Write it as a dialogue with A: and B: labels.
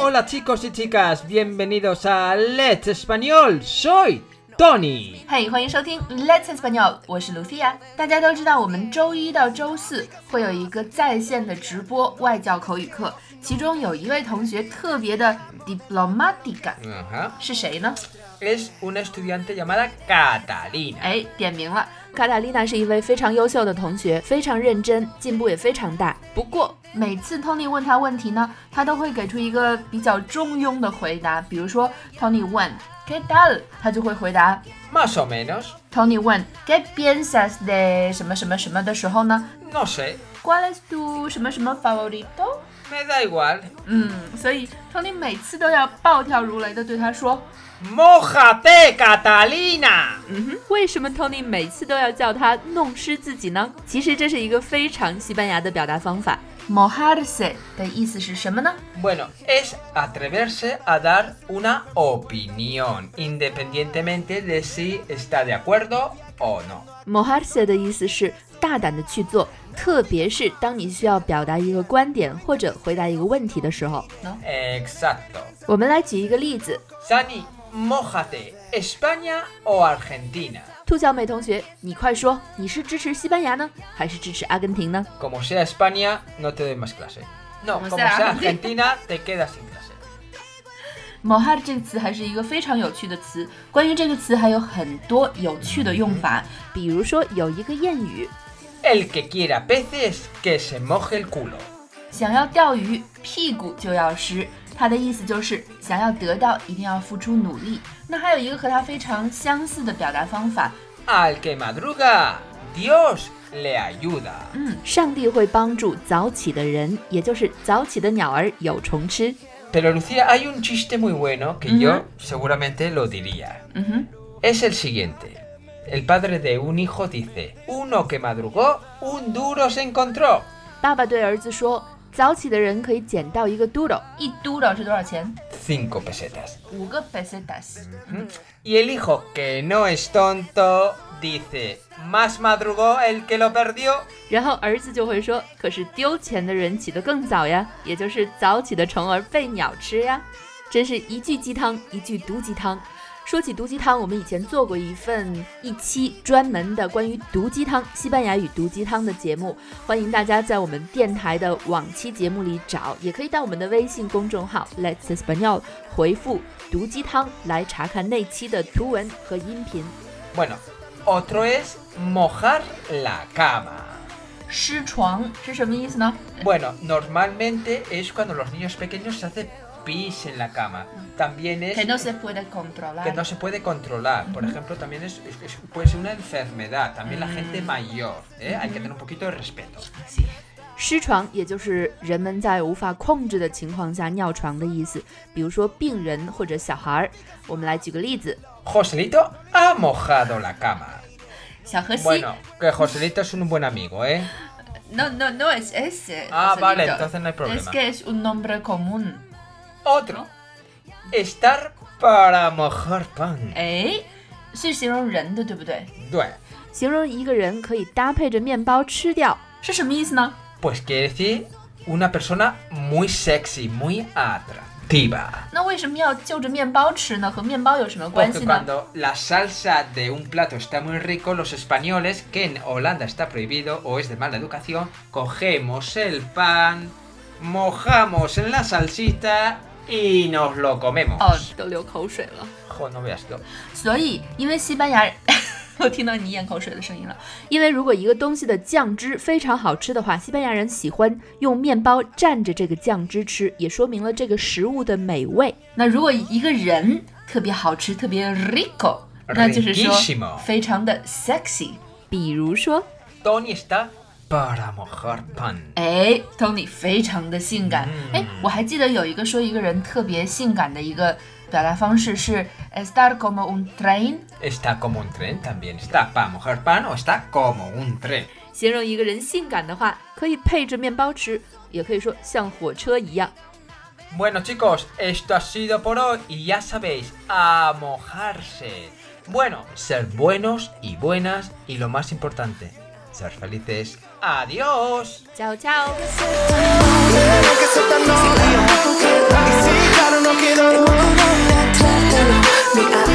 A: Hola chicos y chicas, bienvenidos a Let's Español. Soy Tony。
B: 嘿欢迎收听 Let's Español，我是 Lucia。大家都知道，我们周一到周四会有一个在线的直播外教口语课，其中有一位同学特别的 diplomatica，
A: Ajá.
B: 是谁呢？
A: Es una estudiante llamada
C: Eh.
A: Catalina.
B: 哎，点名了。
C: 卡塔丽娜是一位非常优秀的同学，非常认真，进步也非常大。不过，
B: 每次 Tony 问他问题呢，他都会给出一个比较中庸的回答。比如说，Tony 问 ¿Qué tal？他就会回答
A: Más o menos.
B: Tony 问 ¿Qué piensas de 什么什么什么的时候呢
A: No sé.
B: ？¿Cuál es tu 什么什么 favorito？
A: Me da igual.
B: 嗯，所以 Tony 每次都要暴跳如雷的对他说
A: Mójate, Catalina.
C: 嗯哼，为什么 Tony 每次都要叫他弄湿自己呢？其实这是一个非常西班牙的表达方法。
B: “mojarse” 的意思是什么呢？
A: Bueno, es atreverse a dar una opinión, independientemente de si está de acuerdo o no.
C: mojarse 的意思是大胆的去做，特别是当你需要表达一个观点或者回答一个问题的时候。
B: 哦
A: Exacto.
C: 我们来举一个例子，
A: Sani, mójate, España o Argentina.
C: 兔小美同学，你快说，你是支持西班牙呢，还是支持阿根廷呢？
A: Como sea España, no te doy más clase. No, como,
B: Como
A: sea,
B: sea
A: Argentina, te quedas sin clase.
B: mojar 这个词还是一个非常有趣的词，关于这个词还有很多有趣的用法。
C: 嗯比如说有一个谚语
A: El que quiera peces, que se moje el culo.
B: 想要钓鱼，屁股就要湿，它的意思就是想要得到，一定要付出努力。那还有一个和它非常相似的表达方法，
A: Al que madruga, Dios le ayuda.：“
B: 嗯
C: 上帝会帮助早起的人，也就是早起的鸟儿有虫吃。”
A: Pero Lucía, hay un chiste muy bueno que yo seguramente lo diría.
B: 嗯哼，
A: Es el siguiente. El padre de un hijo dice, uno que madrugó, un duro se encontró.
C: 爸爸对儿子说：“早起的人可以捡到一个 doodle。
B: 一嘟噜是多少钱？
A: Cinco pesetas.
B: 五个 pesetas。
A: Y el hijo, que no es tonto, dice, más madrugó el que lo perdió. ”
C: 然后儿子就会说：“可是丢钱的人起得更早呀，也就是早起的虫儿被鸟吃呀。”真是一句鸡汤，一句毒鸡汤。说起毒鸡汤，我们以前做过一份一期专门的关于毒鸡汤、西班牙语毒鸡汤的节目，欢迎大家在我们电台的往期节目里找，也可以到我们的微信公众号 Let's Español 回复“毒鸡汤”来查看那期的图文和音频。
A: Bueno, otro es mojar la cama.
B: 湿床是什么意思呢？
A: Bueno, normalmente es cuando los niños pequeños se hacen pis en la cama. También es
B: que no se puede controlar。
A: que no se puede controlar. Por ejemplo, también es, es- es- puede ser una enfermedad. También
B: Mm.
A: la gente mayor. ¿eh? Hay que tener un poquito de respeto.
C: 湿床，也就是人们在无法控制的情况下尿床的意思，比如说病人或者小孩儿。我们来举个例子，
A: Joselito ha mojado la cama.
B: 小河西
A: Bueno, que Joselito es un buen amigo, ¿eh?
B: No, no, no es ese.
A: Ah,
B: Joselito.
A: vale, entonces no hay
B: Es
A: problema.
B: que es un nombre común.
A: Otro. Estar para mojar pan.
B: 哎，是形容人的，对不对？
A: Bueno,
C: 形容一个人可以搭配着面包吃掉。
B: 是什么意思呢？
A: Pues quiere decir una persona muy sexy, muy atractiva.
B: 那为什么要就着面包吃呢？和面包有什么关
A: Porque
B: 系呢？
A: cuando la salsa de un plato está muy rico, los españoles, que en Holanda está prohibido o es de mala educación, cogemos el pan, mojamos en la salsita y nos lo comemos.
B: 哦，
C: 都流口水了。
A: Jo, no veas yo.
B: 所以因为西班牙 人，我听到你咽口水的声音了。
C: 因为如果一个东西的酱汁非常好吃的话，西班牙人喜欢用面包蘸着这个酱汁吃，也说明了这个食物的美味。
B: 那如果一个人特别好吃，特别 rico，那就是说
A: Riquísimo
B: 非常的 sexy。
C: 比如说，
A: Tony está para mojar pan.
B: 哎，Tony 非常的性感。哎、我还记得有一个说一个人特别性感的一个表达方式是 estar como un train。
A: Está como un tren también. Está para mojar pan o está como un tren.
C: 形容一个人性感的话，可以配着面包吃，也可以说像火车一样。
A: Bueno chicos, esto ha sido por hoy y ya sabéis, a mojarse. Bueno, ser buenos y buenas y lo más importante, ser felices. Adiós.
C: ciao ciao。
D: que se tan obvio. Y si ya lo me up.